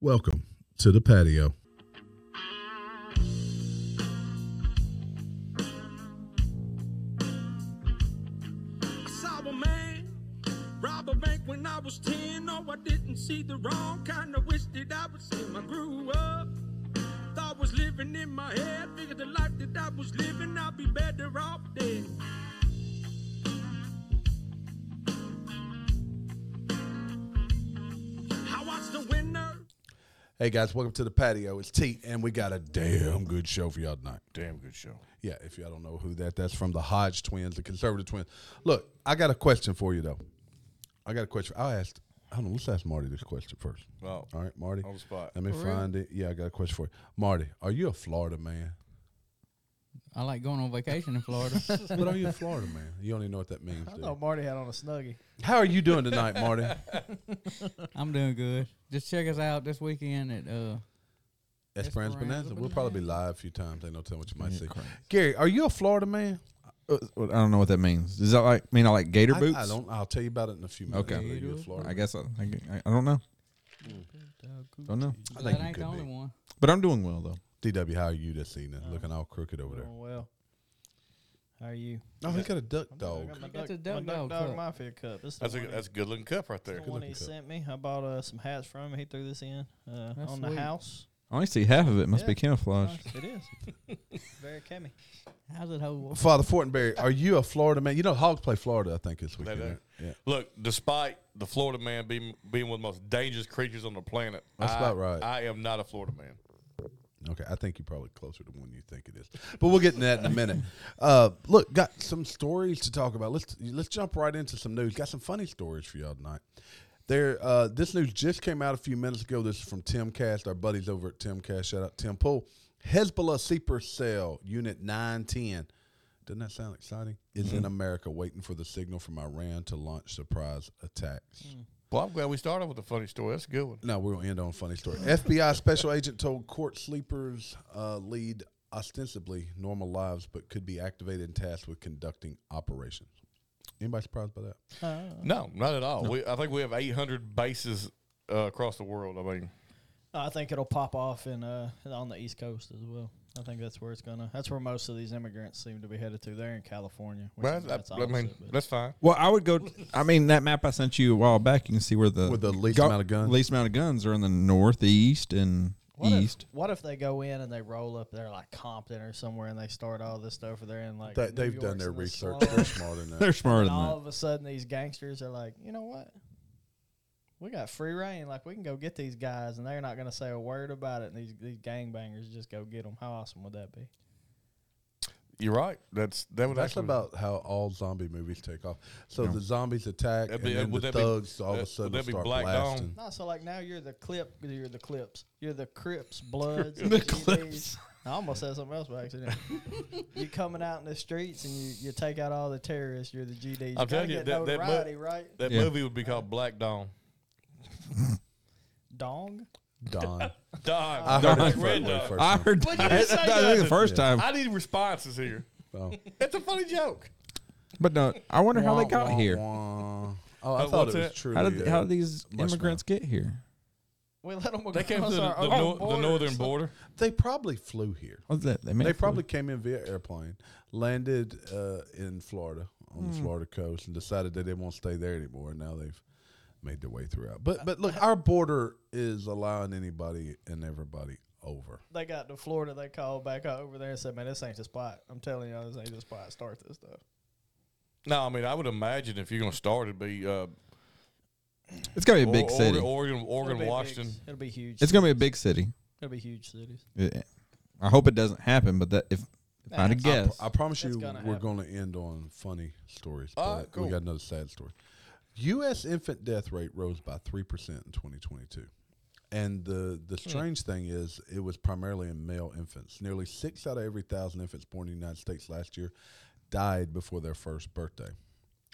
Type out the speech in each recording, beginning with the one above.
Welcome to the patio. I saw a man rob a bank when I was 10. No, I didn't see the wrong kind. I wished that I was him. I grew up, thought was living in my head. Figured the life that I was living, I'd be better off dead. I watched the winner. Hey guys, welcome to the patio. It's T, and we got a damn good show for y'all tonight. Damn good show. Yeah, if y'all don't know who that, that's from the Hodge twins, the conservative twins. Look, I got a question for you though. I got a question. I'll ask. I don't know. Let's ask Marty this question first. Wow. All right, Marty. Oh, On the spot. Let me find it. Yeah, I got a question for you, Marty. Are you a Florida man? I like going on vacation in Florida. but are you a Florida man? You don't even know what that means. I do thought you? Marty had on a snuggie. How are you doing tonight, Marty? I'm doing good. Just check us out this weekend at uh Esperanza Esperanza Bonanza. We'll probably be live a few times. They know tell what you might see. Christ. Gary, are you a Florida man? Uh, I don't know what that means. Does that like mean I like gator I- boots? I, don't. I'll tell you about it in a few minutes. Okay. Are you a Florida? I guess I, I, I don't know. Don't know. I think that you ain't the could only be. one. But I'm doing well though. DW, how are you this evening? Looking all crooked over there. Doing well. How are you? Oh, he got a duck dog. I got my That's duck, a duck my duck dog dog, cup. mafia cup. This is That's the a one that's a good looking cup right he, there. the one looking he cup. sent me. I bought uh, some hats from him. He threw this in uh, That's on sweet. the house. I only see half of it. Must be Yeah. camouflage. Nice. It is very chemi. How's it hold? Father Fortenberry, are you a Florida man? You know, Hogs play Florida, I think, this weekend. do. right? Yeah, Look, despite the Florida man being being one of the most dangerous creatures on the planet, That's I, about right. I am not a Florida man. Okay, I think you're probably closer to one you think it is, but we'll get into that in a minute. Uh, look, got some stories to talk about. Let's let's jump right into some news. Got some funny stories for y'all tonight. There, uh, this news just came out a few minutes ago. This is from Tim Cast, our buddies over at Tim Cast. Shout out Tim Pool. Hezbollah sleeper cell unit nine ten. Doesn't that sound exciting? Is in America waiting for the signal from Iran to launch surprise attacks. Well, I'm glad we started with a funny story. That's a good one. No, we're gonna end on a funny story. FBI special agent told court sleepers uh, lead ostensibly normal lives, but could be activated and tasked with conducting operations. Anybody surprised by that? No, not at all. We, I think we have 800 bases uh, across the world. I mean, I think it'll pop off in uh, on the East Coast as well. I think that's where it's gonna. That's where most of these immigrants seem to be headed to. They're in California. Which well, is- I, that's I mean, opposite, but- that's fine. Well, I would go. I mean, that map I sent you a while back. You can see where the Where the least amount of guns. least amount of guns are in the northeast and What east. If, what if they go in and they roll up there like Compton or somewhere and they start all this stuff or they're in like They, New they've done York's their in the research. slums? They're smarter than that. They're smarter And than all that. of a sudden, these gangsters are like, you know what? We got free reign. Like we can go get these guys, and they're not going to say a word about it. And these these gangbangers just go get them. How awesome would that be? You're right. That's that would That's actually about how all zombie movies take off. So the zombies attack, That'd and be- uh, then would the that be- thugs all of that- a would sudden that be start Black Dawn? blasting. No, so like now you're the clip. You're the clips. You're the Crips, Bloods, The GDs. Clips. I almost said something else by accident. you coming out in the streets and you, you take out all the terrorists. You're the GDs. You I'm telling gotta you, get that- that mo- notoriety, right? that Yeah. movie would be called Black Dawn. Dong. Don. Dawn. I heard it the Red way Dawn. first. I heard What did that, you say, I think the Dustin? first time. I need responses here. Oh. That's a funny joke. But no, I wonder how they got Wah, here. wah, wah. Oh, I Uh, thought what's it was that? true. How did how did these Much immigrants get here? We let them go. They came to across the, our the, own nor- the oh, borders. northern border. they probably flew here. What was that? They, made They it for- probably came in via airplane, landed uh, in Florida on the Florida coast, and decided they didn't want to stay there anymore. And now they've made their way throughout. But but look, our border is allowing anybody and everybody over. they got to Florida, they called back out over there and said, "Man, this ain't the spot. I'm telling y'all, this ain't the spot. Start this stuff." No, I mean, I would imagine if you're going to start, it'd be uh, It's gonna be a Or- big Or- city. Oregon, Oregon, It'll be Washington. big- It'll be huge. It's gonna be a big city. It'll be huge cities. Yeah. I hope it doesn't happen, but that if, if I'd have I pr- guessed, I, promise That's you, gonna we're happen. going to end on funny stories. Ah, but cool. We got another sad story. U.S. infant death rate rose by three percent in 2022, and the the Hmm. strange thing is, it was primarily in male infants. Nearly six out of every thousand infants born in the United States last year died before their first birthday.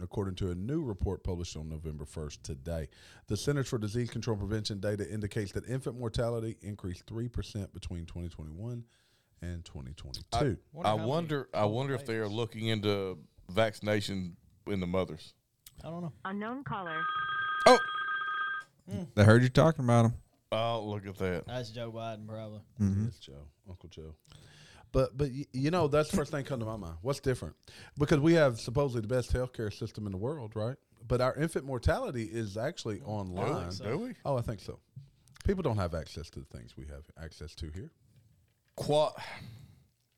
According to a new report published on November 1st today, the Centers for Disease Control and Prevention data indicates that infant mortality increased 3% between 2021 and 2022. I wonder. I wonder if they are looking into vaccination in the mothers. I don't know. Unknown caller. they heard you talking about them. Oh, look at that. That's Joe Biden, probably. It's Joe, Uncle Joe. Mm-hmm. But but y- you know that's the first thing come to my mind. What's different? Because we have supposedly the best healthcare system in the world, right? But our infant mortality is actually online. Do we? Oh, I think so. People don't have access to the things we have access to here. Qua-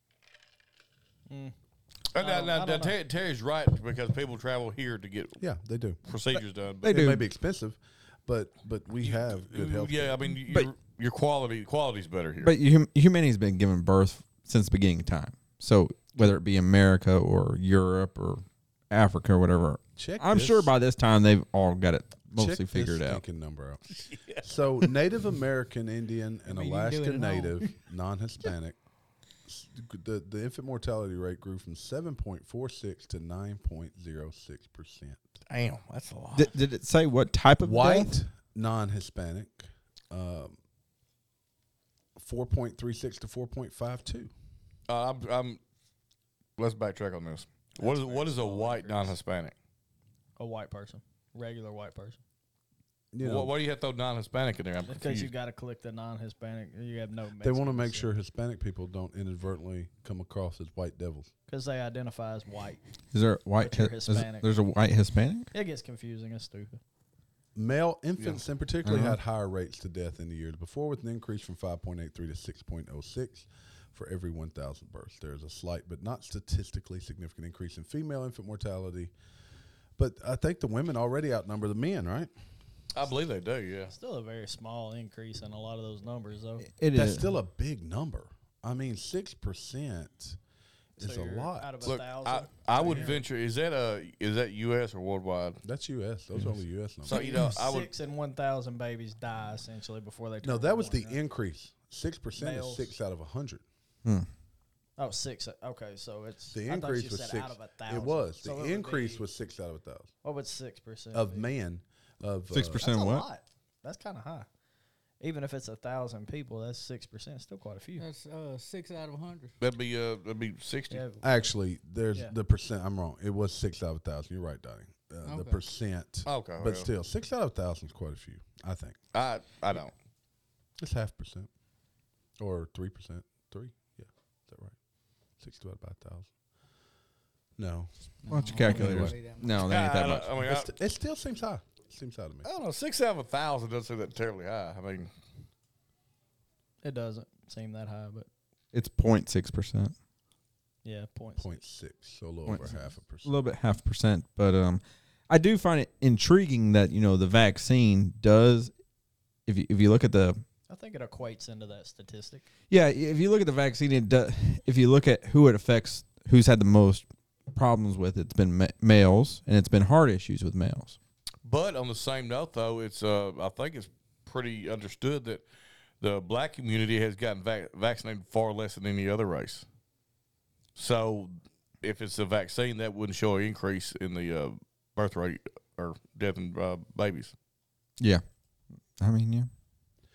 Uh, Mm. now, don't- now, I don't now, Ter- Terry's right because people travel here to get Yeah, they do. procedures done. They But do. It may be expensive, but but we have good health. yeah, I mean, y- But- your, your quality quality's better here. But hum- humanity's been given birth since the beginning of time. So whether it be America or Europe or Africa or whatever, Check I'm this. sure by this time they've all got it mostly Check figured this out. stinking number out. So Native American, Indian, and I mean, you can do it Alaska at Native, non-Hispanic. s- The, the infant mortality rate grew from 7.46 to 9.06 percent. Damn, that's a lot. Did, did it say what type of death? White, non-Hispanic, um, 4.36 to 4.52. Uh, I'm, I'm. Let's backtrack on this. What is what is a white non-Hispanic? A white person, regular white person. You know, Why, why do you have to throw non-Hispanic in there? I'm Because you confused. got to click the non-Hispanic. You have no. they want to make sure Hispanic people don't inadvertently come across as white devils. because they identify as white. Is there a white? But you're is- Hispanic. there's a white Hispanic. It gets confusing. It's stupid. Male infants in particular Uh-huh. had higher rates to death in the years before, with an increase from 5.83 to 6.06 for every 1,000 births. There is a slight but not statistically significant increase in female infant mortality. But I think the women already outnumber the men, right? I believe they do. Yeah. Still a very small increase in a lot of those numbers, though. It is That's still a big number. I mean, 6% is So a you're Out lot. of a Look, I, thousand. I would venture. Is that a is that U.S. or worldwide? That's U.S. Those are only U.S. numbers. So you know, I would. six and one thousand babies die essentially before they. no, turn that was one, the right? increase. 6% Males. is 6 out of 100. Oh, six. Okay, so it's The I thought increase you was said 6. Out of a thousand. It was. The So it would increase be- was 6 out of a 1,000. What would six percent of man of uh, six That's percent. a What? lot. That's kind of high. Even if it's a thousand people, that's six percent. Still quite a few. That's uh, six out of a hundred. That'd be uh, that'd be sixty. Yeah, Actually, there's Yeah. the percent. I'm wrong. It was six out of a thousand. You're right, Donnie. Uh, The Okay. percent. Oh, Okay, But yeah. still, six out of a thousand is quite a few. I think I I don't. it's half percent or three percent. Three. Yeah, is that right? Six divided by a thousand. No, Why don't you No, I don't calculate think it? it's way that much. No, that ain't I, that I much. don't- I mean, I, It's- it still seems high. Seems high to Uh, me. I don't know. Six out of a thousand doesn't seem that terribly high. I mean, it doesn't seem that high, but It's 06 percent, yeah, points. Point six, so a little Point over six. half a a percent. little bit half percent, but um, I do find it intriguing that you know the vaccine does. If you if you look at the I think it equates into that statistic. Yeah, if you look at the vaccine, it do, if you look at who it affects, who's had the most problems with, it's been ma- males, and it's been heart issues with males. but on the same note, though, it's uh, I think it's pretty understood that the black community has gotten vac- vaccinated far less than any other race. So, if it's a vaccine, that wouldn't show an increase in the uh, birth rate or death in uh, babies. Yeah, I mean, yeah,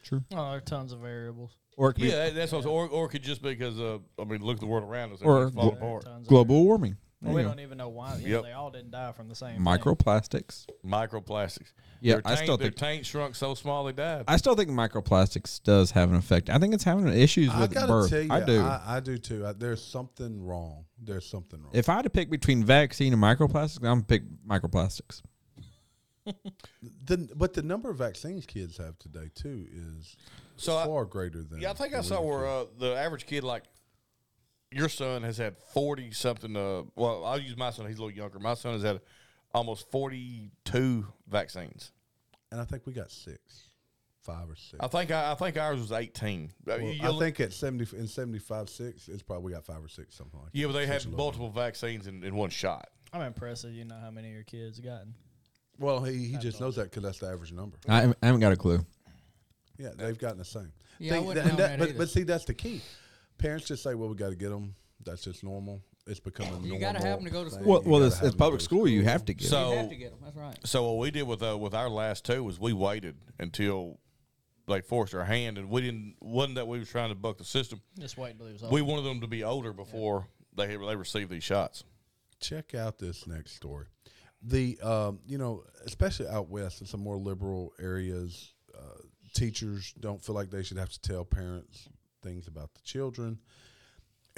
true. Oh, there are tons of variables. Or it could be Yeah, that- that's what. I was- Or, or it could just because uh, I mean, look at the world around us. Or It's falling glo- There are apart. tons of global warming, variables. There we you don't even know why. You Yep. know, they all didn't die from the go. same. thing. microplastics. microplastics. Yeah, their I tank, still their think tank shrunk so small they died. I still think microplastics does have an effect. I think it's having issues I with gotta birth. tell you, I do. I, I do too. I, there's something wrong. There's something wrong. if I had to pick between vaccine and microplastics, I'm gonna pick microplastics. the, but the number of vaccines kids have today too is So I- far greater than. Yeah, I think I when saw we were where uh, the average kid, like your son, has had forty something. Uh, well, I'll use my son; he's a little younger. My son has had almost forty-two vaccines. and I think we got six, five or six. I think I, I think ours was eighteen. Uh, Well, you- I you- think at seventy in seventy five six, it's probably got five or six something like. yeah, but they six had or multiple vaccines in, in one shot. I'm impressed that you know how many of your kids have gotten. that. Well, he, he just knows that because that's the average number. I haven't I haven't got a clue. Yeah, they've gotten the same. Yeah, I Think- wouldn't and know that- that but either. but see, that's the key. Parents just say, "Well, we got to get them. That's just normal. It's becoming You normal." gotta have 'em to go to thing. school. Well, You well, gotta it's, have it's 'em to go public to school. You have to get. it. Oh. You So, have to get them. That's right. so what we did with uh, with our last two was we waited until they forced our hand, and we didn't. wasn't that we were trying to buck the system. Just wait until he was old. We wanted them to be older before they they received these shots. Check out this next story. The um, you know, especially out west in some more liberal areas, uh, teachers don't feel like they should have to tell parents things about the children.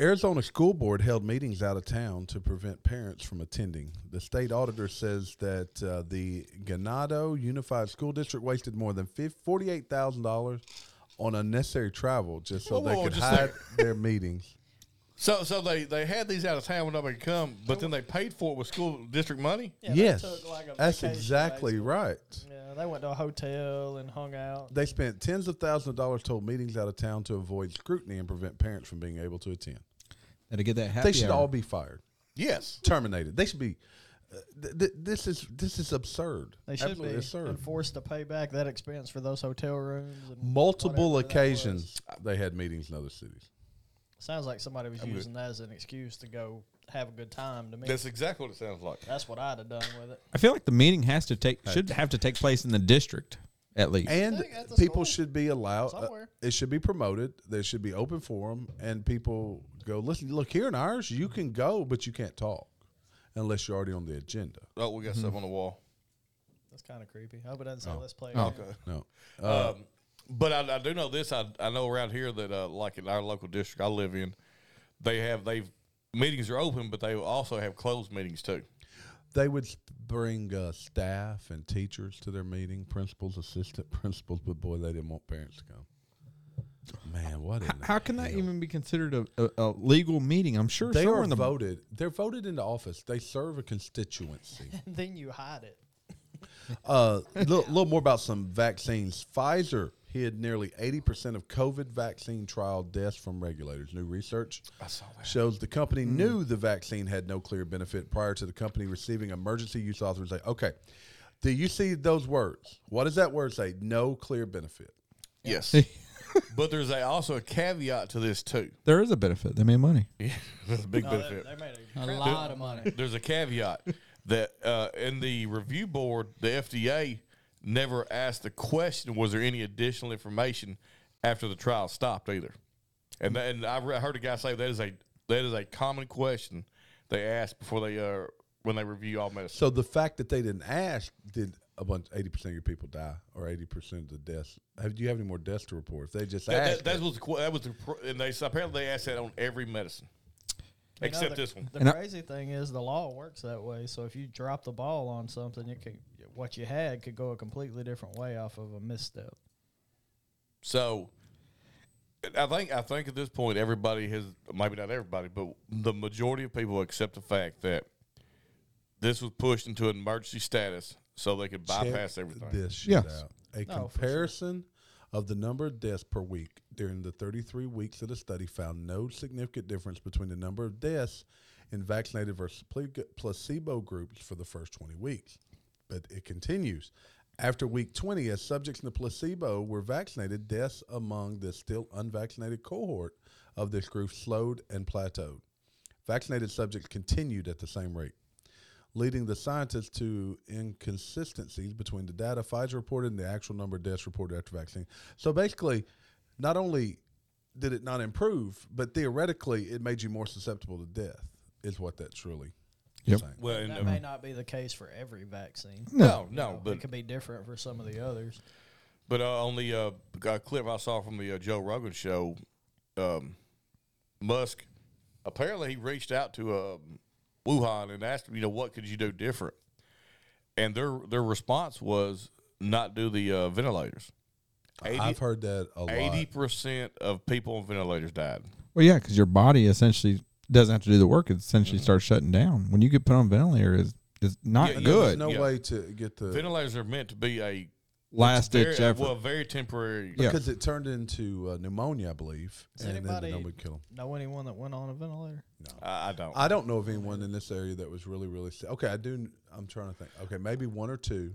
Arizona School Board held meetings out of town to prevent parents from attending. The state auditor says that uh, the Ganado Unified School District wasted more than fif- $48,000 on unnecessary travel just so Whoa, they whoa, could just hide their meetings. So, so they, they had these out of town when nobody could come, but then they paid for it with school district money. Yeah, they yes, took, like, a that's vacation, exactly basically. right. Yeah, they went to a hotel and hung out. They spent tens of thousands of dollars to hold meetings out of town to avoid scrutiny and prevent parents from being able to attend. And to get that happy They should hour. all be fired, Yes. terminated. They should be. Uh, th- th- this is this is absurd. They should Absolutely be absurd. and forced to pay back that expense for those hotel rooms. And Multiple whatever that was. occasions they had meetings in other cities. Sounds like somebody was good. using that as an excuse to go have a good time. To me, That's exactly what it sounds like. that's what I'd have done with it. I feel like the meeting has to take should have to take place in the district at least. And think at the people school. should be allowed. uh, Somewhere. it should be promoted. There should be open forum, and people go listen. Look here in ours, you can go, but you can't talk unless you're already on the agenda. Oh, we got stuff on the wall. That's kind of creepy. I hope it doesn't Oh. say let's play. again." No, Um, but I, I do know this. I, I know around here that, uh, like in our local district I live in, they have they've meetings are open, but they also have closed meetings too. they would s- bring uh, staff and teachers to their meeting, principals, assistant principals, but boy, they didn't want parents to come. Man, what? in the How can that hell? even be considered a, a, a legal meeting? I'm sure They somewhere are in the voted. They're voted into office. They serve a constituency. And then you hide it. Uh, a little, little more about some vaccines. Pfizer hid nearly 80% of COVID vaccine trial deaths from regulators. New research shows the company Hmm. knew the vaccine had no clear benefit prior to the company receiving emergency use authorization. Okay. Do you see those words? What does that word say? No clear benefit. Yes. but there's a, also a caveat to this too. there is a benefit. They made money. That's a big No, they, benefit. they made A a lot of money. there's a caveat that uh, in the review board, the FDA never asked the question: Was there any additional information after the trial stopped either? And tha- and I re- heard a guy say that is a that is a common question they ask before they uh when they review all medicine. So the fact that they didn't ask did a bunch 80% of your people die or 80% of the deaths. Have do you have any more deaths to report? If they just That, asked that, that was the, que- that was the, pr- and they so apparently they asked that on every medicine You know, the- except this one. The And I- crazy thing is the law works that way. So if you drop the ball on something, you could what you had could go a completely different way off of a misstep. So I think I think at this point everybody has maybe not everybody, but the majority of people accept the fact that this was pushed into an emergency status so they could check bypass everything. This shit Yes. out. A No, for sure. comparison of the number of deaths per week during the 33 weeks of the study found no significant difference between the number of deaths in vaccinated versus pla- placebo groups for the first 20 weeks. But it continues. After week 20, as subjects in the placebo were vaccinated, deaths among the still unvaccinated cohort of this group slowed and plateaued. Vaccinated subjects continued at the same rate leading the scientists to inconsistencies between the data Pfizer reported and the actual number of deaths reported after vaccine. So basically, not only did it not improve, but theoretically, it made you more susceptible to death, is what that's really Yep. saying. Well, and, That um, may not be the case for every vaccine. no, You know, no, it but could be different for some of the others. but uh, on the uh, a clip I saw from the uh, Joe Rogan show, um, Musk apparently he reached out to um, Wuhan and asked, you know, what could you do different? And their their response was not do the uh, ventilators. 80 I've heard that a lot. Eighty percent of people on ventilators died. Well, yeah, because your body essentially doesn't have to do the work. It essentially Mm-hmm. starts shutting down. When you get put on ventilator, is is not Yeah, yeah, There's good. no Yeah. way to get the Ventilators are meant to be a Last very, uh, ditch effort. well, very temporary. Yeah. because it turned into uh, pneumonia, I believe, Does and then the anybody- number kill 'em. Know anyone that went on a ventilator? I, I don't. I don't know of anyone in this area that was really, really sick. Okay, I do. I'm trying to think. Okay, maybe one or two.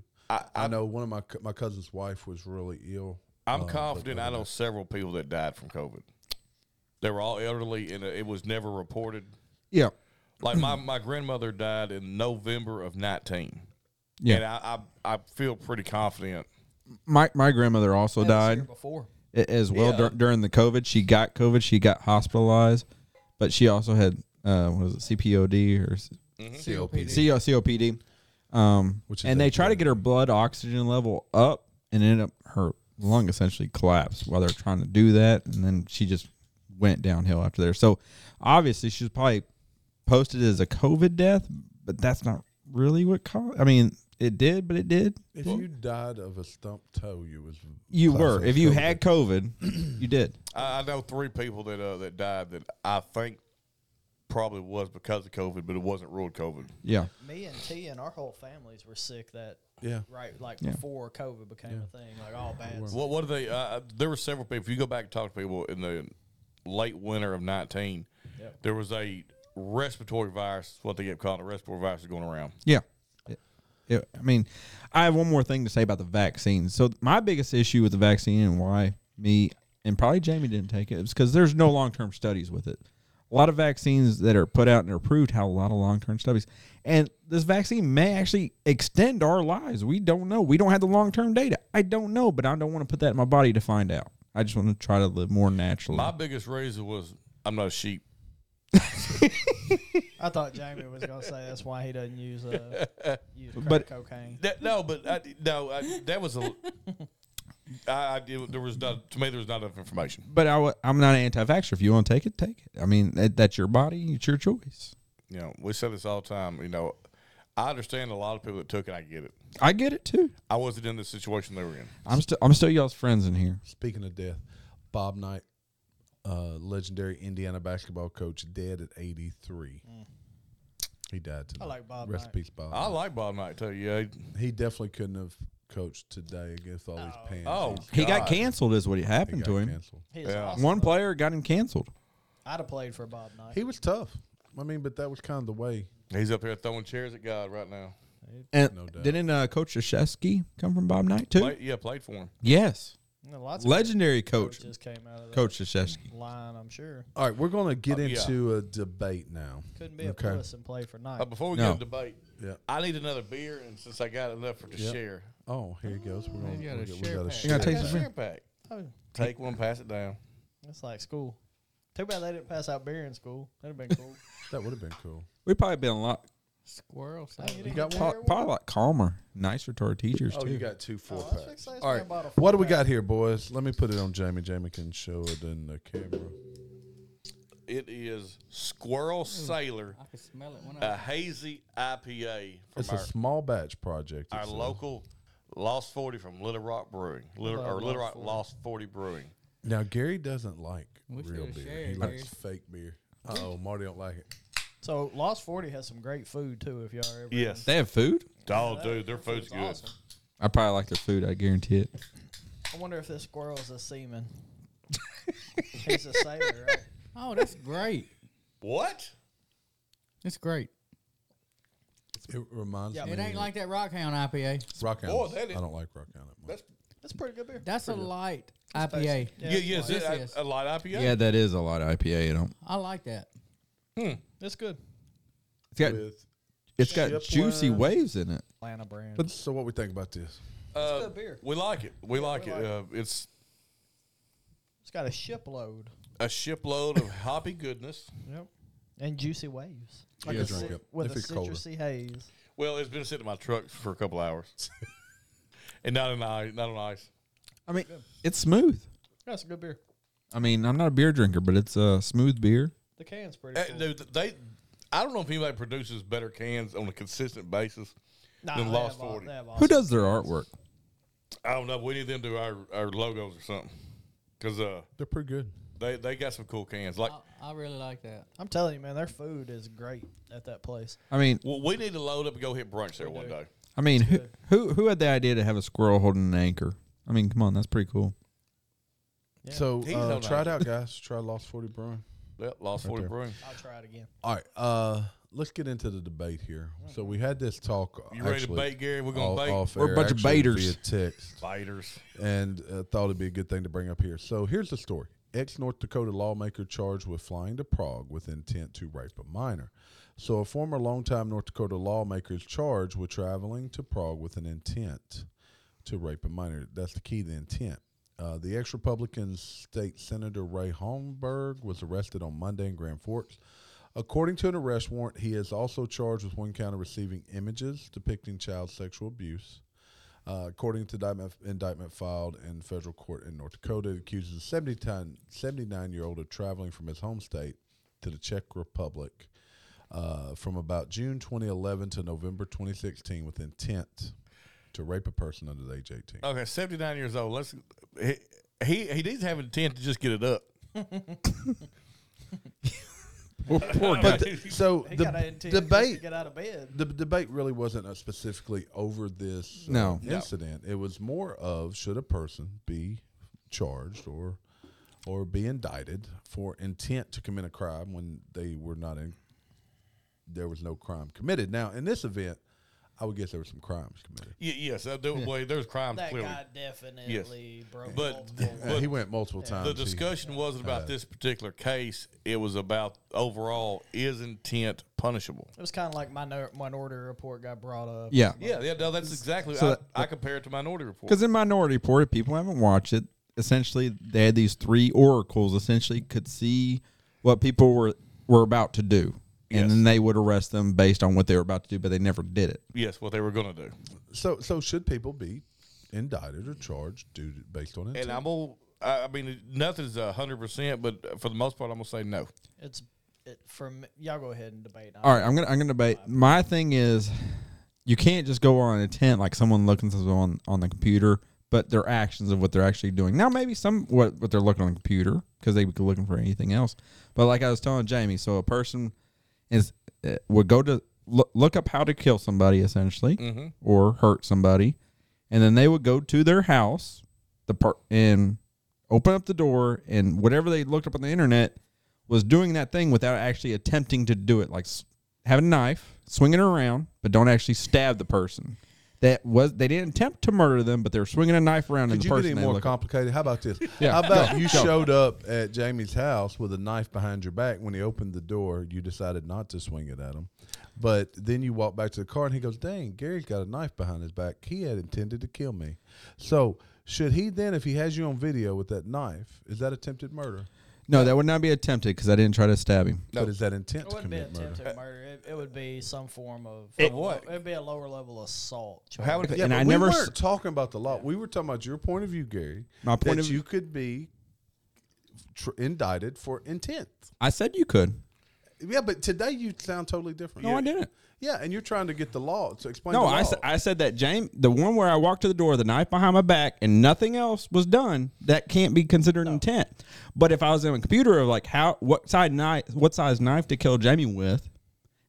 I, know one of my cou- my cousin's wife was really ill. I'm um, but confident. I other know several people that died from COVID. They were all elderly, and it was never reported. yeah, Like my, my grandmother died in November of nineteen. Yeah. and I, I I feel pretty confident. my my grandmother also Yeah, this year died before. a- as well Yeah. dur- during the COVID. She got COVID. She got hospitalized, but she also had uh, what was it CPOD or s- COPD. C- uh, COPD? Um, Which is and a- they try to get her blood oxygen level up, and ended up her lung essentially collapsed while they're trying to do that, and then she just went downhill after there. So obviously she was probably posted as a COVID death, but that's not really what caused. I mean, it did, but it did. If you died of a stumped toe, you was You classed were as if you COVID. had COVID, you did. I, I know three people that uh, that died that I think probably was because of COVID, but it wasn't ruled COVID. Yeah. Me and T and our whole families were sick that yeah. right like Yeah. before COVID became a thing. Like all bad. stuff. What what do they? Uh, there were several people. If you go back and talk to people in the late winter of nineteen, Yep. there was a respiratory virus. is What they get called a respiratory virus is going around. Yeah. Yeah. Yeah. I mean, I have one more thing to say about the vaccine. So my biggest issue with the vaccine and why me and probably Jamie didn't take it is because there's no long term studies with it. A lot of vaccines that are put out and are approved have a lot of long term studies. And this vaccine may actually extend our lives. We don't know. We don't have the long term data. I don't know, but I don't want to put that in my body to find out. I just want to try to live more naturally. My biggest reason was I'm not a sheep. I thought Jamie was gonna say that's why he doesn't use uh use crack But- cocaine. That, no, but I, no, I, that was a. I, I it, there was not to me there was not enough information. but I, am not an anti-vaxxer. If you want to take it, take it. I mean, that, that's your body. It's your choice. You know, we say this all the time. You know, I understand a lot of people that took it. I get it. I get it too. I wasn't in the situation they were in. I'm still I'm still y'all's friends in here. Speaking of death, Bob Knight, uh, legendary Indiana basketball coach, dead at 83. He died today. I like Bob Rest in Knight. peace, Mm. Bob. I Knight. like Bob Knight too. Yeah. he definitely couldn't have coached today against all these pants. Oh, He got God. canceled, is what happened to him. canceled. He's Yeah. awesome. One player got him canceled. I'd have played for Bob Knight. He was tough. I mean, but that was kind of the way. He's up here throwing chairs at God right now. And No doubt. didn't uh, Coach Krzyzewski come from Bob Knight too? Play, yeah, played for him. Yes, You know, lots of legendary coach, coaches came out of that Coach Krzyzewski. line. I'm sure All right, we're going to get Uh, yeah. into a debate now. couldn't be a Okay. puss and play for Knight. But before we No. get into debate, Yeah. I need another beer, and since I got enough for to Yep. share, Oh, here he goes. We're going you gotta to we share got a pack. share. You gotta take I got a this share pack. Oh, Take one, pass it down. it's like school. Too bad they didn't pass out beer in school. That'd have been cool. That would have been cool. We probably been a lot Squirrel Dang, you salad. didn't got get pro- there probably a lot calmer, nicer to our teachers Oh, too. you got two four Oh, I was packs. fixing to say, it's All been right, about a what do we four-pack. got here, boys? Let me put it on Jamie. Jamie can show it in the camera. It is Squirrel Sailor, I could smell it when Ah. a I. hazy IPA It's from a small batch project. it our, our says. local Lost Forty from Little Rock Brewing, Little, Love or Little Rock Lost Lost Forty Brewing. Now Gary doesn't like We real should've beer. shared, He Gary. likes fake beer. Oh, Marty don't like it. So Lost Forty has some great food too. If y'all ever Yes, They have food. oh dude, their food's It's good. awesome. I probably like their food. I guarantee it. I wonder if this squirrel is a seaman. He's a sailor, right? Oh, that's great. What? It's great. It reminds Yeah, me. It ain't like that Rockhound IPA. Rock Hound. Oh, that is- I don't like Rock Hound that much. That's That's a pretty good beer. That's a light IPA. Yeah, yeah, yeah. it's Is light. it This is. a, a light IPA? Yeah, that is a lot of IPA. You know, I like that. It's good. it's got With- it's got Ship juicy wine. waves in it. Atlanta brand. so what we think about this? Uh, good beer. We like it. We like it. Uh, it's it's got a shipload. a shipload of hoppy goodness. Yep. And juicy waves. Yeah, a drink cit- it With if a it's colder. citrusy haze. Well, it's been sitting in my truck for a couple hours, and not in ice. Not on ice. I mean, it's smooth. That's a good beer. I mean, I'm not a beer drinker, but it's a smooth beer. The can's pretty Uh, cool. dude, they, I don't know if anybody produces better cans on a consistent basis. Nah, then they Lost have all- 40. they have Who awesome- does their artwork? I don't know. We need them to do our, our logos or something, because uh, They're pretty good. they they got some cool cans. Like, I, I really like that. I'm telling you, man, their food is great at that place. I mean, well, we need to load up and go hit brunch there one do. day. I mean, who, who who had the idea to have a squirrel holding an anchor? I mean, come on, that's pretty cool. Yeah. So He's uh, all try it right. out, guys. Try Lost Forty Brewing. Yep, Lost Forty there. Brewing. I'll try it again. All right, uh, let's get into the debate here. So we had this talk. You ready actually, to bait, Gary? We're gonna off- bait. off We're a air, bunch of actually, baiters. Via text. Biters. and uh, thought it'd be a good thing to bring up here. So here's the story. Ex North Dakota lawmaker charged with flying to Prague with intent to rape a minor. So a former longtime North Dakota lawmaker is charged with traveling to Prague with an intent to rape a minor. That's the key, the intent. Uh, the ex Republican state senator Ray Holmberg was arrested on Monday in Grand Forks. According to an arrest warrant, he is also charged with one count of receiving images depicting child sexual abuse Uh, according to indictment, indictment filed in federal court in North Dakota, it accuses a 70 ton- 79 year old of traveling from his home state to the Czech Republic uh, from about June 2011 to November 2016 with intent to rape a person under the age 18. Okay, seventy nine years old. Let's he he, he needs to have intent to just get it up. Poor, Oh, poor guy. but th- so He the got b- into debate to get out of bed. the b- debate really wasn't uh, specifically over this uh, No. No. incident. It was more of should a person be charged or or be indicted for intent to commit a crime when they were not in there was no crime committed. Now in this event, I would guess there were some crimes committed. Y- yes, I do. Well, there's crimes That clearly. guy definitely broke But- multiple Uh, he went multiple times. The He- discussion wasn't about this particular case. It was about overall is intent punishable. It was kind of like my no- Minority Report got brought up. yeah. Yeah, yeah, no, that's exactly. So I, that- I compare it to Minority Report. Because in Minority Report, if people haven't watched it, essentially they had these three oracles. Essentially, could see what people were were about to do, and then they would arrest them based on what they were about to do, but they never did it. Yes, what they were going to do. So so should people be indicted or charged due to, based on intent? And I'm gonna. I I mean, nothing's a hundred percent, but for the most part, I'm gonna say no. It's it, from y'all go ahead and debate. All right, I'm gonna I'm gonna debate. My thing is, you can't just go on intent like someone looking something on on the computer, but their actions of what they're actually doing. Now maybe some what what they're looking on the computer because they could be looking for anything else. But like I was telling Jamie, so a person is uh, would go to look, look up how to kill somebody essentially or hurt somebody, and then they would go to their house, the per- and open up the door and whatever they looked up on the internet was doing that thing without actually attempting to do it like s- having a knife swinging it around but don't actually stab the person that was they didn't attempt to murder them but they were swinging a knife around and Could the you get person any they more looked at. complicated? How about this? Yeah. How about you showed up at Jamie's house with a knife behind your back. When he opened the door, you decided not to swing it at him. But then you walk back to the car and he goes, Dang, Gary's got a knife behind his back. He had intended to kill me. So, should he then, if he has you on video with that knife, is that attempted murder? no that would not be attempted because i didn't try to stab him But is that intent It to wouldn't be commit murder? attempted murder. It, it would be some form of It- what? It'd be a lower level assault. charge. How would Yeah, And but I we never weren't s- talking about the law. We were talking about your point of view, Gary. My point that of- you could be tr- indicted for intent. i said you could Yeah, but today you sound totally different. no i didn't Yeah, and you're trying to get the law to explain. no the law. I, s- I said that james the one where i walked to the door the knife behind my back and nothing else was done that can't be considered intent but if i was in a computer of like how what size knife what size knife to kill jamie with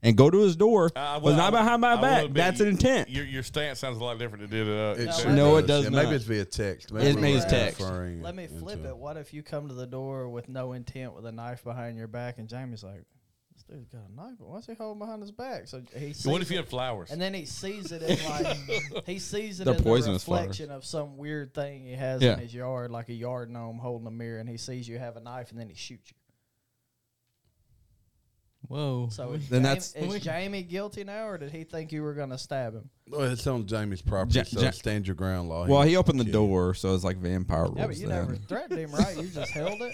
and go to his door I- I was will- not behind my Uh, I will back admit, that's an intent Your, your stance sounds a lot different than it did. Uh, It it should- did. No, it does Yeah, not. Maybe it's via text. Maybe It's we're maybe it's referring text. Let me flip into- it. What if you come to the door with no intent, with a knife behind your back, and Jamie's like, "This dude's got a knife. but Why's he holding behind his back?" So he. Sees what if it, you had flowers? And then he sees it in like he sees it They're in the poisonous flowers. reflection of some weird thing he has Yeah. in his yard, like a yard gnome holding a mirror, and he sees you have a knife, and then he shoots you. Whoa. So is, Then Jamie, that's- is Jamie guilty now, or did he think you were gonna stab him? Well, it's on Jamie's property, Ja- so Ja- stand your ground law. Well, he opened the Yeah. door, so it's like vampire rules. Yeah, but you then. never threatened him, right? You just held it.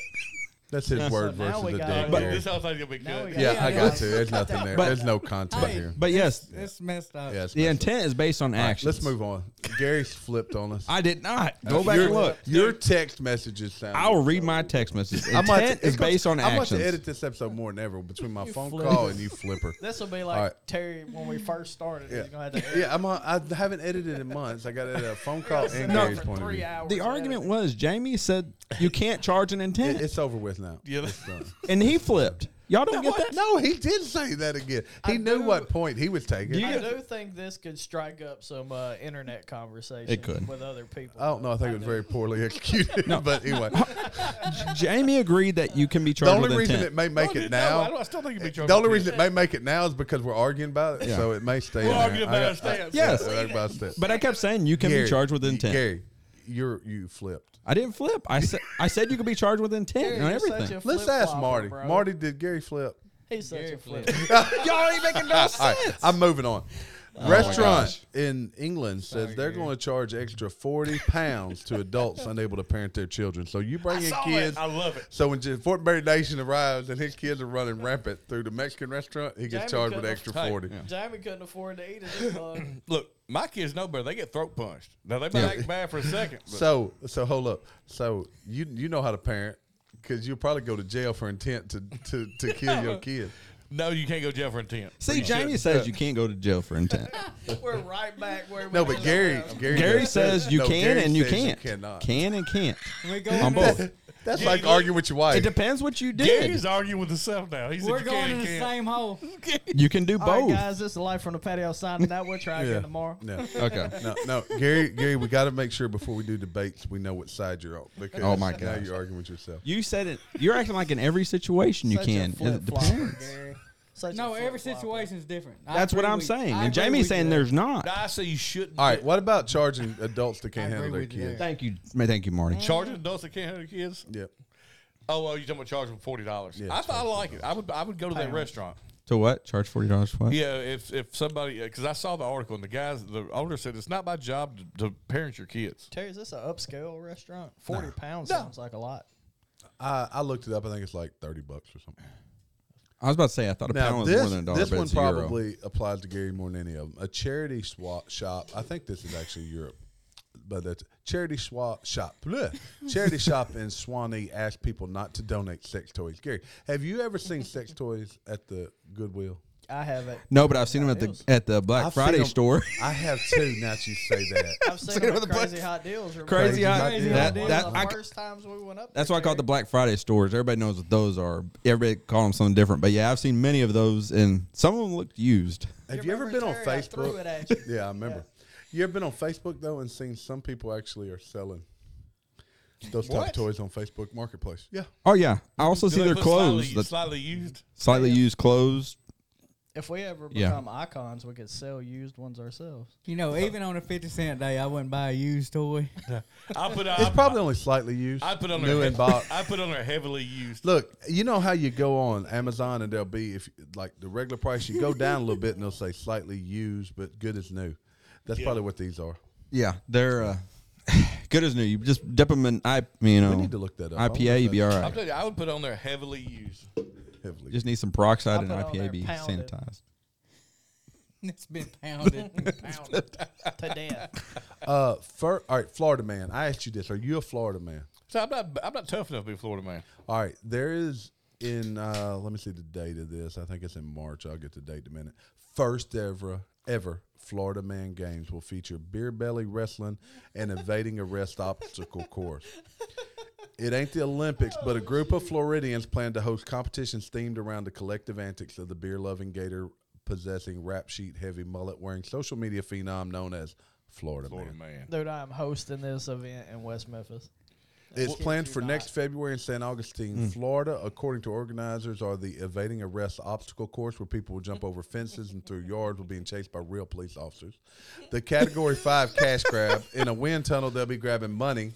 That's his word now versus we the got dead it. but Yeah. this whole thing's gonna be Now we good. got- Yeah, Yeah, I yeah. got to. There's nothing there. But- There's no content Hey. here. But yes, It's messed up. Yeah, it's the messed intent is based on up. All right, actions. Let's move on. Gary's flipped on us. I did not go back your, and look. Your text messages sound. I'll read my text message. I'm about to- Intent it's is gonna- based on I'm about to actions. edit this episode more than ever between my phone call and you flipper. This will be like Alright. Terry when we first started. He's gonna have to edit Yeah, I'm. On, I haven't edited in months. I got to edit a phone call and it Gary's for point of three view. hours. The argument was Jamie said you can't charge an It- intent, It's over with now. Yeah, that- It's done. and he flipped. Y'all don't get that. No, he did say that again. He I knew do- what point he was taking. I do think this could strike up some uh, internet conversation. It could. with other people. I don't know. I think it was very poorly executed. But anyway, Jamie agreed that you can be the charged only with reason intent. it may make it Oh, No, I, now, don't- I still think you'd be the only reason it may make it now is because we're arguing about it. Yeah. So it may stay. We're in arguing there. I about our got- I- stance. Yes. yeah, we're arguing about our stance. but I kept saying you can Gary, be charged with you- intent. Gary, you're you flipped. I didn't flip. I said I said you could be charged with intent Terry, on you're such everything. a Let's flip-flopper, ask Marty. bro. Marty, did Gary flip? he's such a Gary flip. flipped. Y'all ain't making no All right, I'm moving on. Oh Restaurant in England says they're going to charge extra forty pounds to adults unable to parent their children. So you bring in saw kids. it. I love it. So when Je- Fort Berry Nation arrives and his kids are running rampant through the Mexican restaurant, he gets Jamie charged with couldn't extra afford- forty. Jamie couldn't afford to eat it. dog. Look, my kids know better. They get throat punched. Now they might Yeah. act bad for a second. But So so hold up. So you you know how to parent because you'll probably go to jail for intent to to, to kill your kid. no, you can't go to jail for intent. See, Jamie says you can't go to jail for intent. We're right back where we No, but Gary Gary, Gary does- says you no, can Gary and you says can't. cannot. Can and can't. We On going in, both. That's Yeah, like you- arguing with your wife. It depends what you Gary's did. arguing with himself now. He's we're going in the same hole. You can do All right, both. guys, this is Life from the Patio signing out. We'll try Yeah. again tomorrow. No, Okay. no, no, Gary, Gary, we got to make sure before we do debates, we know what side you're on because Oh, my now gosh. you're arguing with yourself. You said it. You're acting like in every situation you Such a can. It flip-flopper, depends. Gary. Such a No, every flip-flopper. situation is different. I That's what agree I'm with- saying. I And agree Jamie's with saying you. there's not. I say you shouldn't. All right, what about charging adults that can't I handle agree their with you kids? there. Thank you. man, Thank you, Marty. Charging adults that can't handle their kids. Yep. Oh, well, you're talking about charging forty dollars. Yeah, I, thought I like it. I would I would go to that restaurant. To what? Charge forty dollars for what? Yeah, if if somebody because I saw the article and the guys the owner said it's not my job to, to parent your kids. Terry, is this an upscale restaurant? Forty pounds sounds like a lot. I, I looked it up. I think it's like thirty bucks or something. I was about to say I thought a Now pound was this more than a dollar. this but one it's a euro. probably applies to Gary more than any of them. A charity swap shop. I think this is actually Europe, but that's charity swap shop. bleh. charity shop in Swanee asked people not to donate sex toys. Gary, have you ever seen sex toys at the Goodwill? I have it. No, but I've seen them at the at the Black I've seen Friday 'em- store. I have too. Now that you say that. I've seen Seen it them with at the crazy place. hot deals. Remember? Crazy, I- Crazy that, One idea. of that the I, first times we went up. that's there, why I call it the Terry. Black Friday stores. Everybody knows what those are. Everybody call them something different. But yeah, I've seen many of those, and some of them looked used. Have you ever been remember, on Terry, I threw Facebook? it at you. eh? Yeah, I remember. You ever been on Facebook though and seen some people actually are selling those type of What? toys on Facebook Marketplace? Yeah. Oh yeah, I also Do see they their put clothes, slightly, the slightly used. slightly used clothes. If we ever Yeah. become icons, we could sell used ones ourselves. You know, even on a fifty cent day, I wouldn't buy a used toy. I put on. It's probably only slightly used. I put on new there in box. I put on there heavily used. Look, you know how you go on Amazon and there'll be if like the regular price, you go down a little bit and they'll say slightly used but good as new. That's probably what these are. Yeah, they're uh, good as new. You just dip them in, I you know, need to look that up. I wonder IPA, if you'd be all that's- I'm right. telling you, I would put on there heavily used. Heavily. Just used. need some peroxide I and put on there IPA be pounded. sanitized. it's been pounded. To death. uh, fir- all right, Florida man. I asked you this: Are you a Florida man? So I'm not I'm not tough enough to be a Florida man. All right, there is in uh let me see the date of this. I think it's in March. I'll get the date in a minute. First ever ever Florida Man Games will feature beer belly wrestling and evading arrest obstacle course. It ain't the Olympics, but a group of Floridians plan to host competitions themed around the collective antics of the beer loving gator possessing rap sheet heavy mullet wearing social media phenom known as Florida, Florida Man. man. Dude, I'm hosting this event in West Memphis. It's planned for next February in St. Augustine, Mm. Florida. According to organizers, are the evading arrest obstacle course where people will jump over fences and through yards while being chased by real police officers. The Category Five cash grab in a wind tunnel. They'll be grabbing money,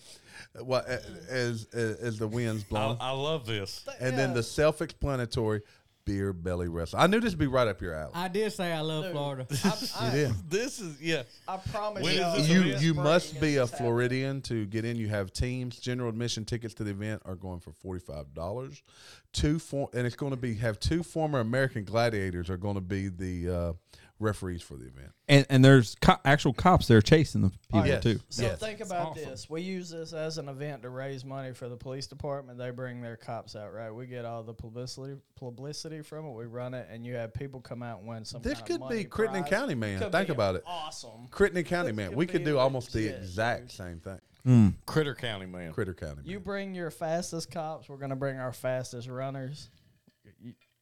uh, wha- a- as as, as the wind's I, blowing, I love this. and then the self-explanatory beer belly wrestle. I knew this would be right up your alley. I did say I love Florida. I, It is. This is yeah. I promise When is y'all this this You event? you spring must be is a happening. Floridian to get in. You have teams. General admission tickets to the event are going for forty five dollars. Two for, and it's going to be have two former American gladiators are going to be the uh, referees for the event. And and there's co- actual cops there chasing the people Yes. too. So Yes. think about this. We use this as an event to raise money for the police department. They bring their cops out, right? We get all the publicity publicity from it. We run it, and you have people come out and win some. This kind of could money be Crittenden prize. County, man. Could Think be about it. Awesome. Crittenden County, This man. could We be could a do almost the legit- exact same thing. Critter County man. Critter County, You man. bring your fastest cops. We're gonna bring our fastest runners.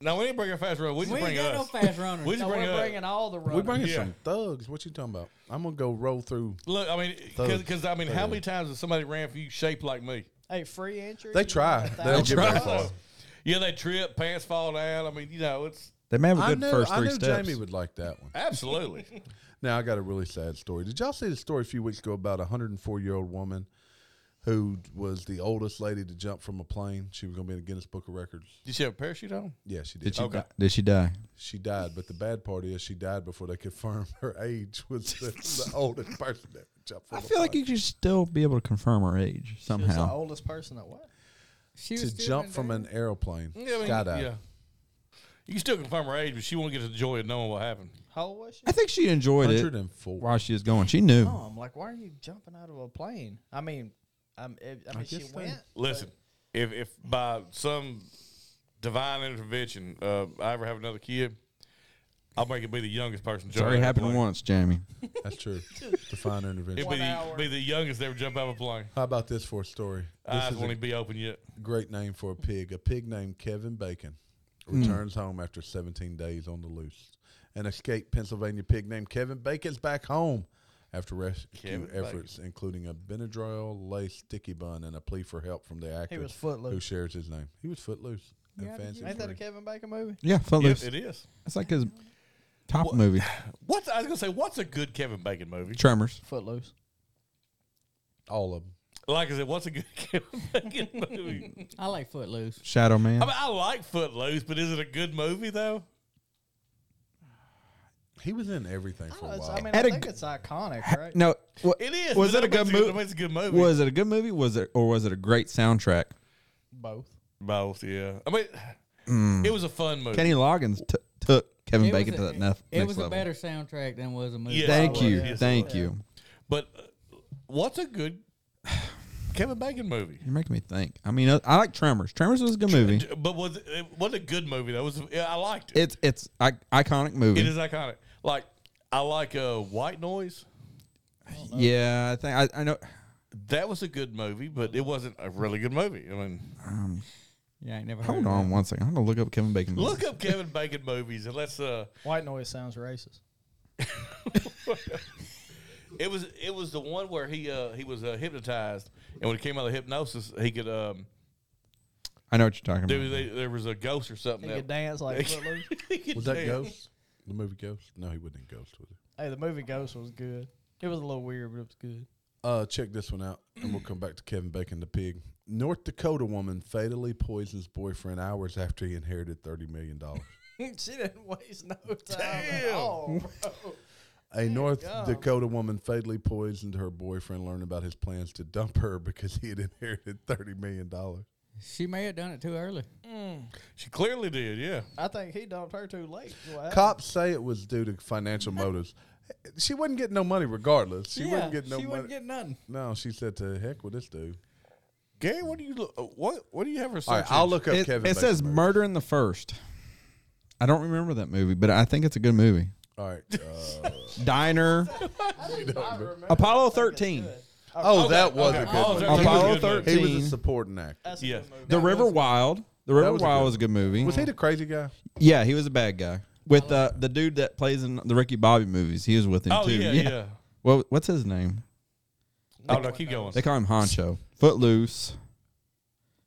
No, we didn't bring a fast road. We just we bring ain't got no us. fast runners. We just No, bring we're us. bringing all the runners. We bringing Yeah. some thugs. What you talking about? I'm gonna go roll through. Look, I mean, Those- because I mean, how many times has somebody ran for you shaped like me? hey, free entry. They You try. got a They don't thousand get very bucks. far. Yeah, they trip, pants fall down. I mean, you know, it's They may have a I good knew, first I three knew steps. Jamie would like that one. absolutely. Now I got a really sad story. Did y'all see the story a few weeks ago about a 104 year old woman who was the oldest lady to jump from a plane. She was going to be in the Guinness Book of Records. Did she have a parachute on? Yeah, she did. Did she? Okay. Di- did she die? She died, but the bad part is she died before they confirmed her age was the, the oldest person that jumped from I a feel like plane. you should still be able to confirm her age She was the somehow. oldest person that what? She to still jump in from there. an aeroplane. Yeah, I mean, skydive. yeah. You can still confirm her age, but she won't get to the joy of knowing what happened. How old was she? I think she enjoyed it 104. while she was going. She knew. Oh, I'm like, why are you jumping out of a plane? I mean, I'm, I mean, she guess they- went. Listen, if if by some divine intervention uh, I ever have another kid, I'll make it be the youngest person. to It's jump already out of a happened plane. once, Jamie. That's true. Define intervention. It'd One be the, hour. be the youngest to ever jump out of a plane. How about this for a story? This Eyes is won't a even be open yet. great name for a pig. A pig named Kevin Bacon returns home after 17 days on the loose. An escaped Pennsylvania pig named Kevin Bacon's back home after rescue Kevin efforts, including a Benadryl lace sticky bun and a plea for help from the actor He was who footloose. shares his name. He was footloose and Yeah, fancy. Ain't that a free. Kevin Bacon movie? Yeah, Yes, Footloose. it is. That's like his top movie. What's I was gonna say? What's a good Kevin Bacon movie? Tremors. Footloose. All of them. Like I said, what's a good Kevin Bacon movie? I like Footloose. Shadow Man. I mean, I like Footloose, but is it a good movie though? He was in everything I, for don't a know, it's- while. I mean, Had I a think g- it's iconic, right? no. wha- It is. Was but it a that good makes movie? that makes It a good movie. Was it a good movie? Was it or was it a great soundtrack? Both. both? Yeah. I mean, Hmm. it was a fun movie. Kenny Loggins t- took Kevin It was Bacon a- to that nef- It next was level. a better soundtrack than was a movie. Yeah. Thank Oh, you, yeah. thank you. But uh, what's a good Kevin Bacon movie? You're making me think. I mean, I, I like Tremors. Tremors was a good movie. But was it- it was a good movie though? It was yeah, I liked it. It's it's I, iconic movie. It is iconic. Like I like uh, White Noise. yeah, I think I, I know. That was a good movie, but it wasn't a really good movie. I mean, Yeah, I ain't never heard Hold of on one second. I'm gonna look up Kevin Bacon. movies. look up Kevin Bacon movies and let's. Uh, White noise sounds racist. it was it was the one where he uh, he was uh, hypnotized, and when he came out of hypnosis, he could um, I know what you're talking there, about. there, there was a ghost or something. He could that- dance like Footloose. he could was that dance. Ghost? The movie Ghost? No, he wasn't in Ghost, was he? hey, the movie Ghost was good. It was a little weird, but it was good. Uh, check this one out, and we'll come back to Kevin Bacon the pig. North Dakota woman fatally poisons boyfriend hours after he inherited thirty million dollars. she didn't waste no time at Damn. all, bro. A North God. Dakota woman fatally poisoned her boyfriend, learning about his plans to dump her because he had inherited thirty million dollars. it. She may have done it too early. She clearly did, yeah. I think he dumped her too late. Wow. Cops say it was due to financial motives. She wasn't getting no money regardless. She wasn't getting no she money. wouldn't get nothing. no, she said to heck with this dude. Gary, what do you look? uh, What what do you have her All search? right, I'll look up it Kevin. it Bacon says movies. Murder in the First. I don't remember that movie, but I think it's a good movie. All right. Uh, Diner, Apollo 13. oh, that was a okay. good Oh, one. He was that a Apollo good movie. He was 13. a supporting actor. That's a Yes. good movie. The River Wild. The River was a Wild good was a good movie. Was he the crazy guy? yeah, he was a bad guy with uh, the dude that plays in the Ricky Bobby movies. He was with him Oh too. yeah, yeah. Well, what's his name? Oh no, keep going. They call him Honcho. Footloose.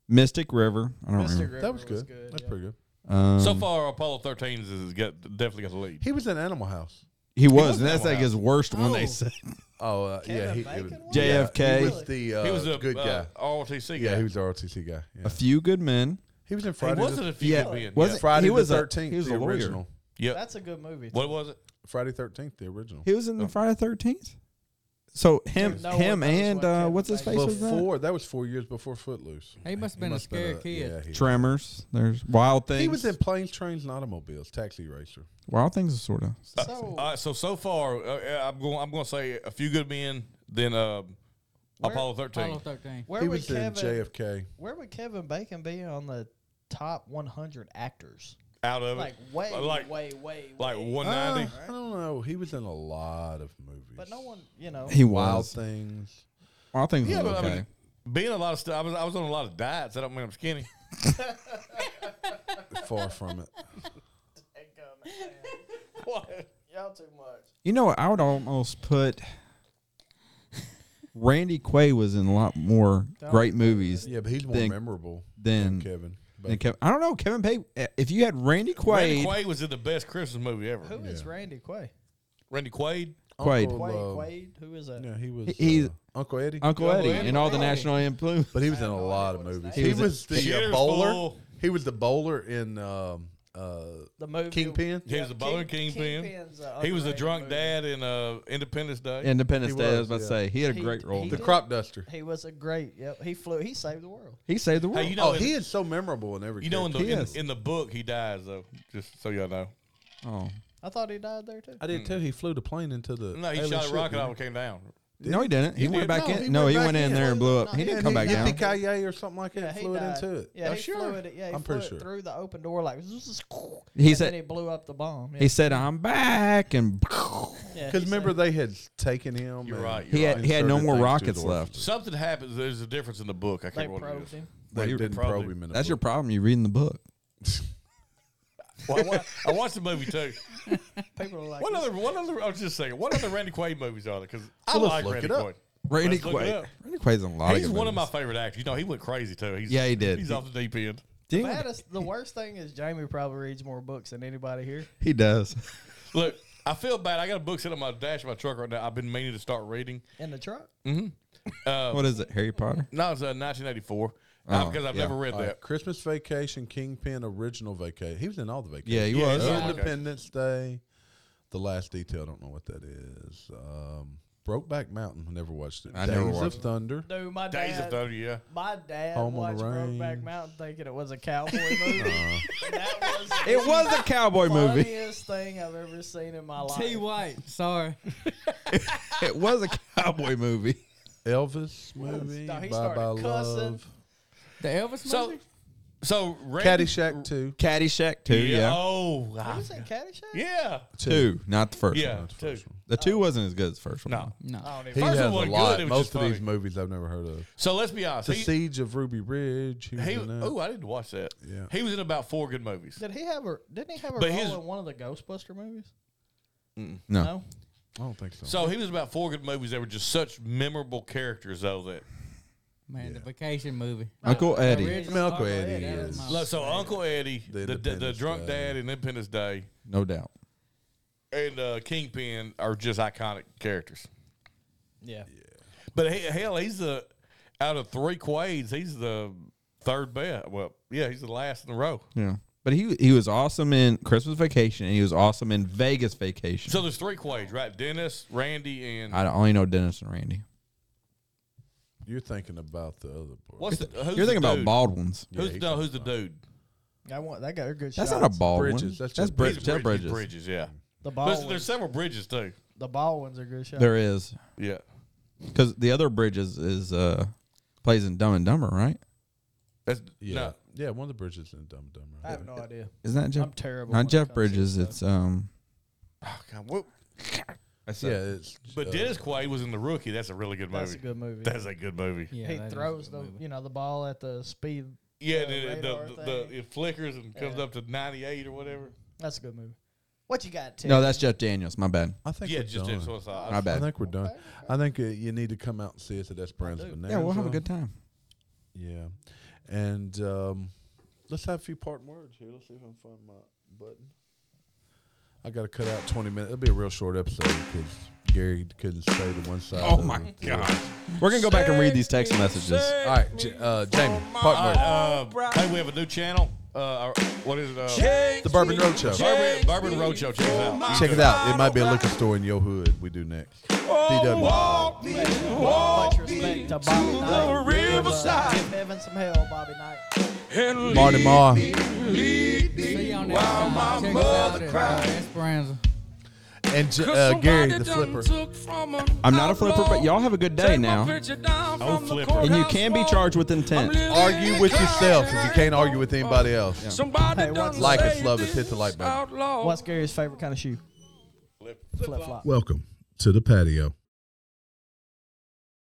Mystic River. I don't Mr. remember. River That was good. That's yeah. pretty good. Um, So far, Apollo 13 has got definitely got the lead. He was in Animal House. he was, was and that's that like one. his worst one. They Oh. said Oh uh, yeah, Kevin he, Bacon it was, was? Yeah, JFK. he was the uh, he was a good uh, guy. ROTC guy. Yeah, he was the RTC guy. Yeah. a few good men. He was in He Friday. wasn't a the, few yeah, yeah, being. was yeah. it- Friday he was a- the Thirteenth. he was the a lawyer. original. Yep. That's a good movie. What was it? Friday Thirteenth, the original. He was in the Friday Thirteenth. So him, Dude, no him, one knows and what uh, Kevin what's his Bacon- face was that? Before that was four years before Footloose. He must have been a must've scary kid. Yeah, he, Tremors. There's Wild Things. he was in planes, trains, and automobiles. Taxi racer. Wild Things is sort of. So, All right, so so far, uh, I'm going. I'm going to say a few good men, then um, Where- Apollo 13. Apollo 13. where he would was in Kevin? JFK. Where would Kevin Bacon be on the top 100 actors? Out of Like it, way, like way, way, like way. 190. Uh, I don't know. He was in a lot of movies. But no one, you know. He Wild was. Things. Wild Things yeah, was but okay. I mean, being a lot of stuff, I was I was on a lot of diets. I don't mean I'm skinny. Far from it. What? Y'all too much. you know what? I would almost put. Randy Quaid was in a lot more great movies Yeah, but he's more Then- memorable than than Kevin. Bacon. than Kevin. I don't know. Kevin Pay. If you had Randy Quaid, Randy Quaid was in the best Christmas movie ever. Who is Randy Quay? Randy Quaid. Quaid. Uncle, Quaid, uh, Quaid, who is that? No, he was He's- uh, Uncle Eddie. Uncle Eddie Eddie. and all the Eddie. national anthem. but he was in I a have no lot of idea what his movies. name He is. was the uh, Cheers, bowler. fool. He was the bowler in um, uh, The movie Kingpin. He was a bowler King, Kingpin. Kingpin's a he was a underrated drunk movie. dad in uh, Independence Day. Independence He Day. I was was, about to yeah. say he had a He- great role. he He, The crop duster. He was a great. Yep, he flew. He saved the world. saved the world. Hey, you know, oh, in, he is so memorable in every. you know, in the He in, is. in the book, he dies though. Just so y'all know. oh I thought he died there too. I didn't tell you he flew the plane into the. No, he shot a rocket off and came down. no, he didn't. He, He went did. back No, in. he no, went he back went in in. there and blew up. No, he he didn't didn't. come back He down. didn't. Yippee or something like that. Yeah, he flew it died. into it. Yeah, Oh, he sure. flew it. Yeah, he I'm flew pretty it sure. through the open door like. He and said- then he blew up the bomb. Yeah. He said, "I'm back," and Yeah, Because he remember, said- they had taken him. You're and right, you're he had he had no inserted more things to rockets his left. orphans. Something happens. There's a difference in the book. I they can't remember. what it probed is. him. They Well, you didn't probably- probe him in the That's your book. problem. You reading the book. Well, I, wa- I watched the movie too. People were like, What other? What other? I was just saying. What other Randy Quaid movies are there? Because I Well, let's like look Randy it up. Quaid. Randy Let's look it Quaid. up. Randy Quaid's in a lot. He's good one of my movies. favorite actors. You know, he went crazy too. He's, Yeah, he did. He's off the deep end. the, Dude, baddest, the worst thing is Jamie probably reads more books than anybody here. He does. Look, I feel bad. I got a book sitting on my dash of my truck right now. I've been meaning to start reading. In the truck, What is it? Harry Potter. No, it's uh, 1984 Oh, because I've yeah. never read All right, that. Christmas Vacation, Kingpin, Original Vacation. He was in all the vacations. Yeah, he Yeah, was. he's- Uh, Independence Day, The Last Detail. I don't know what that is. Um, Brokeback Mountain. I never watched it. I Days never of watched it. Thunder. dude. My dad, Uh, Days of Thunder. Yeah, my dad Home on watched the Brokeback Range. Mountain thinking it was a cowboy movie. And that was It was a cowboy the movie. funniest thing I've ever seen in my life. T. White. Sorry. It was a cowboy movie. Elvis movie. No, Bye he Bye started cussing. Love. The Elvis So- movie. so Randy, Caddyshack 2. Caddyshack two. Yeah. Yeah, Oh. Have I- you seen Caddyshack? yeah. two, not the first Yeah. one. That's the too. first one. The Oh. two wasn't as good as the first one. No. No. I don't He even. First has a one wasn't good, lot. it was Most just of these funny. movies I've never heard of. So let's be honest. The He, Siege of Ruby Ridge. He was he, in that. oh, I didn't watch that. Yeah. He was in about four good movies. Did he have a? Didn't he have a But role his- in one of the Ghostbuster movies? No. No. I don't think so. So he was in about four good movies that were just such memorable characters, though. That Man, the vacation movie. Uncle The Eddie. original Malcolm Uncle Eddie Eddie, that is- was my- Look, so Uncle Eddie, The the the, the, Independence drunk Day. dad in Independence Day, No doubt. and uh, Kingpin are just iconic characters. Yeah. But he, hell, he's the out of three Quades, he's the third best. Well, yeah, he's the last in the row. Yeah. But he he was awesome in Christmas Vacation and he was awesome in Vegas Vacation. So there's three Quades, right? Dennis, Randy, and I only know Dennis and Randy. You're thinking about the other boy. what's the? Who's You're the thinking about dude? bald ones. Who's he's no? Who's the dude? I want that guy. Good That's shots. not a bald one. Bridges, that's That's, that's just- Bridges. He's Jeff Bridges, Bridges. Bridges, yeah. The There's, ball. there's Ones, several bridges too. the ball ones are good shots. There is Yeah. because the other Bridges is uh plays in Dumb and Dumber, right? That's Yeah. no. Yeah, one of the bridges in Dumb and Dumber. I have no idea. Isn't that Jeff? I'm terrible. when not it Jeff comes to Bridges. stuff. It's um. Oh, God, what- Yeah, it's. But uh, Dennis Quaid was in The Rookie. That's a really good movie. that's a good movie. That's a good movie. Yeah, Yeah, he that is a throws good the movie. you know the ball at the speed. and the it- the, radar the, the, thing. it flickers and comes Yeah. up to 98 or whatever. That's a good movie. What you got? Tim? No, that's Jeff Daniels. My bad. I think yeah, we're just done. so it's- I- My I bad. think we're done. I think uh, you need to come out and see us at Esperanza Bonanza. yeah, we'll have a good time. Yeah, and um, let's have a few parting words here. Let's see if I can find my button. I got to cut out twenty minutes. It'll be a real short episode because Gary couldn't stay to one side. Oh of my the- God. We're gonna go back and read these text messages. All right, J- uh, Jamie, parting All words. right, uh, hey, we have a new channel. Uh, our- what is it? Uh, the Bourbon Road Show. Bourbon, Bourbon Roadshow. Check it out. Check it out. It might be a liquor store in your hood. We do next. DW. Much respect to Bobby Knight. Riverside. Give heaven some hell, Bobby Knight. Marty Ma. See you on that side. Check us out at uh, Esperanza. And J- uh, Gary, the flipper. I'm not a flipper, but y'all have a good day now. Oh, Flipper. And you can be charged with intent. Argue with yourself if you can't argue with anybody else. Somebody Hey, what's- done Like us, say love us, this hit the like button. outlaw. What's Gary's favorite kind of shoe? Flip flop. Welcome to the patio.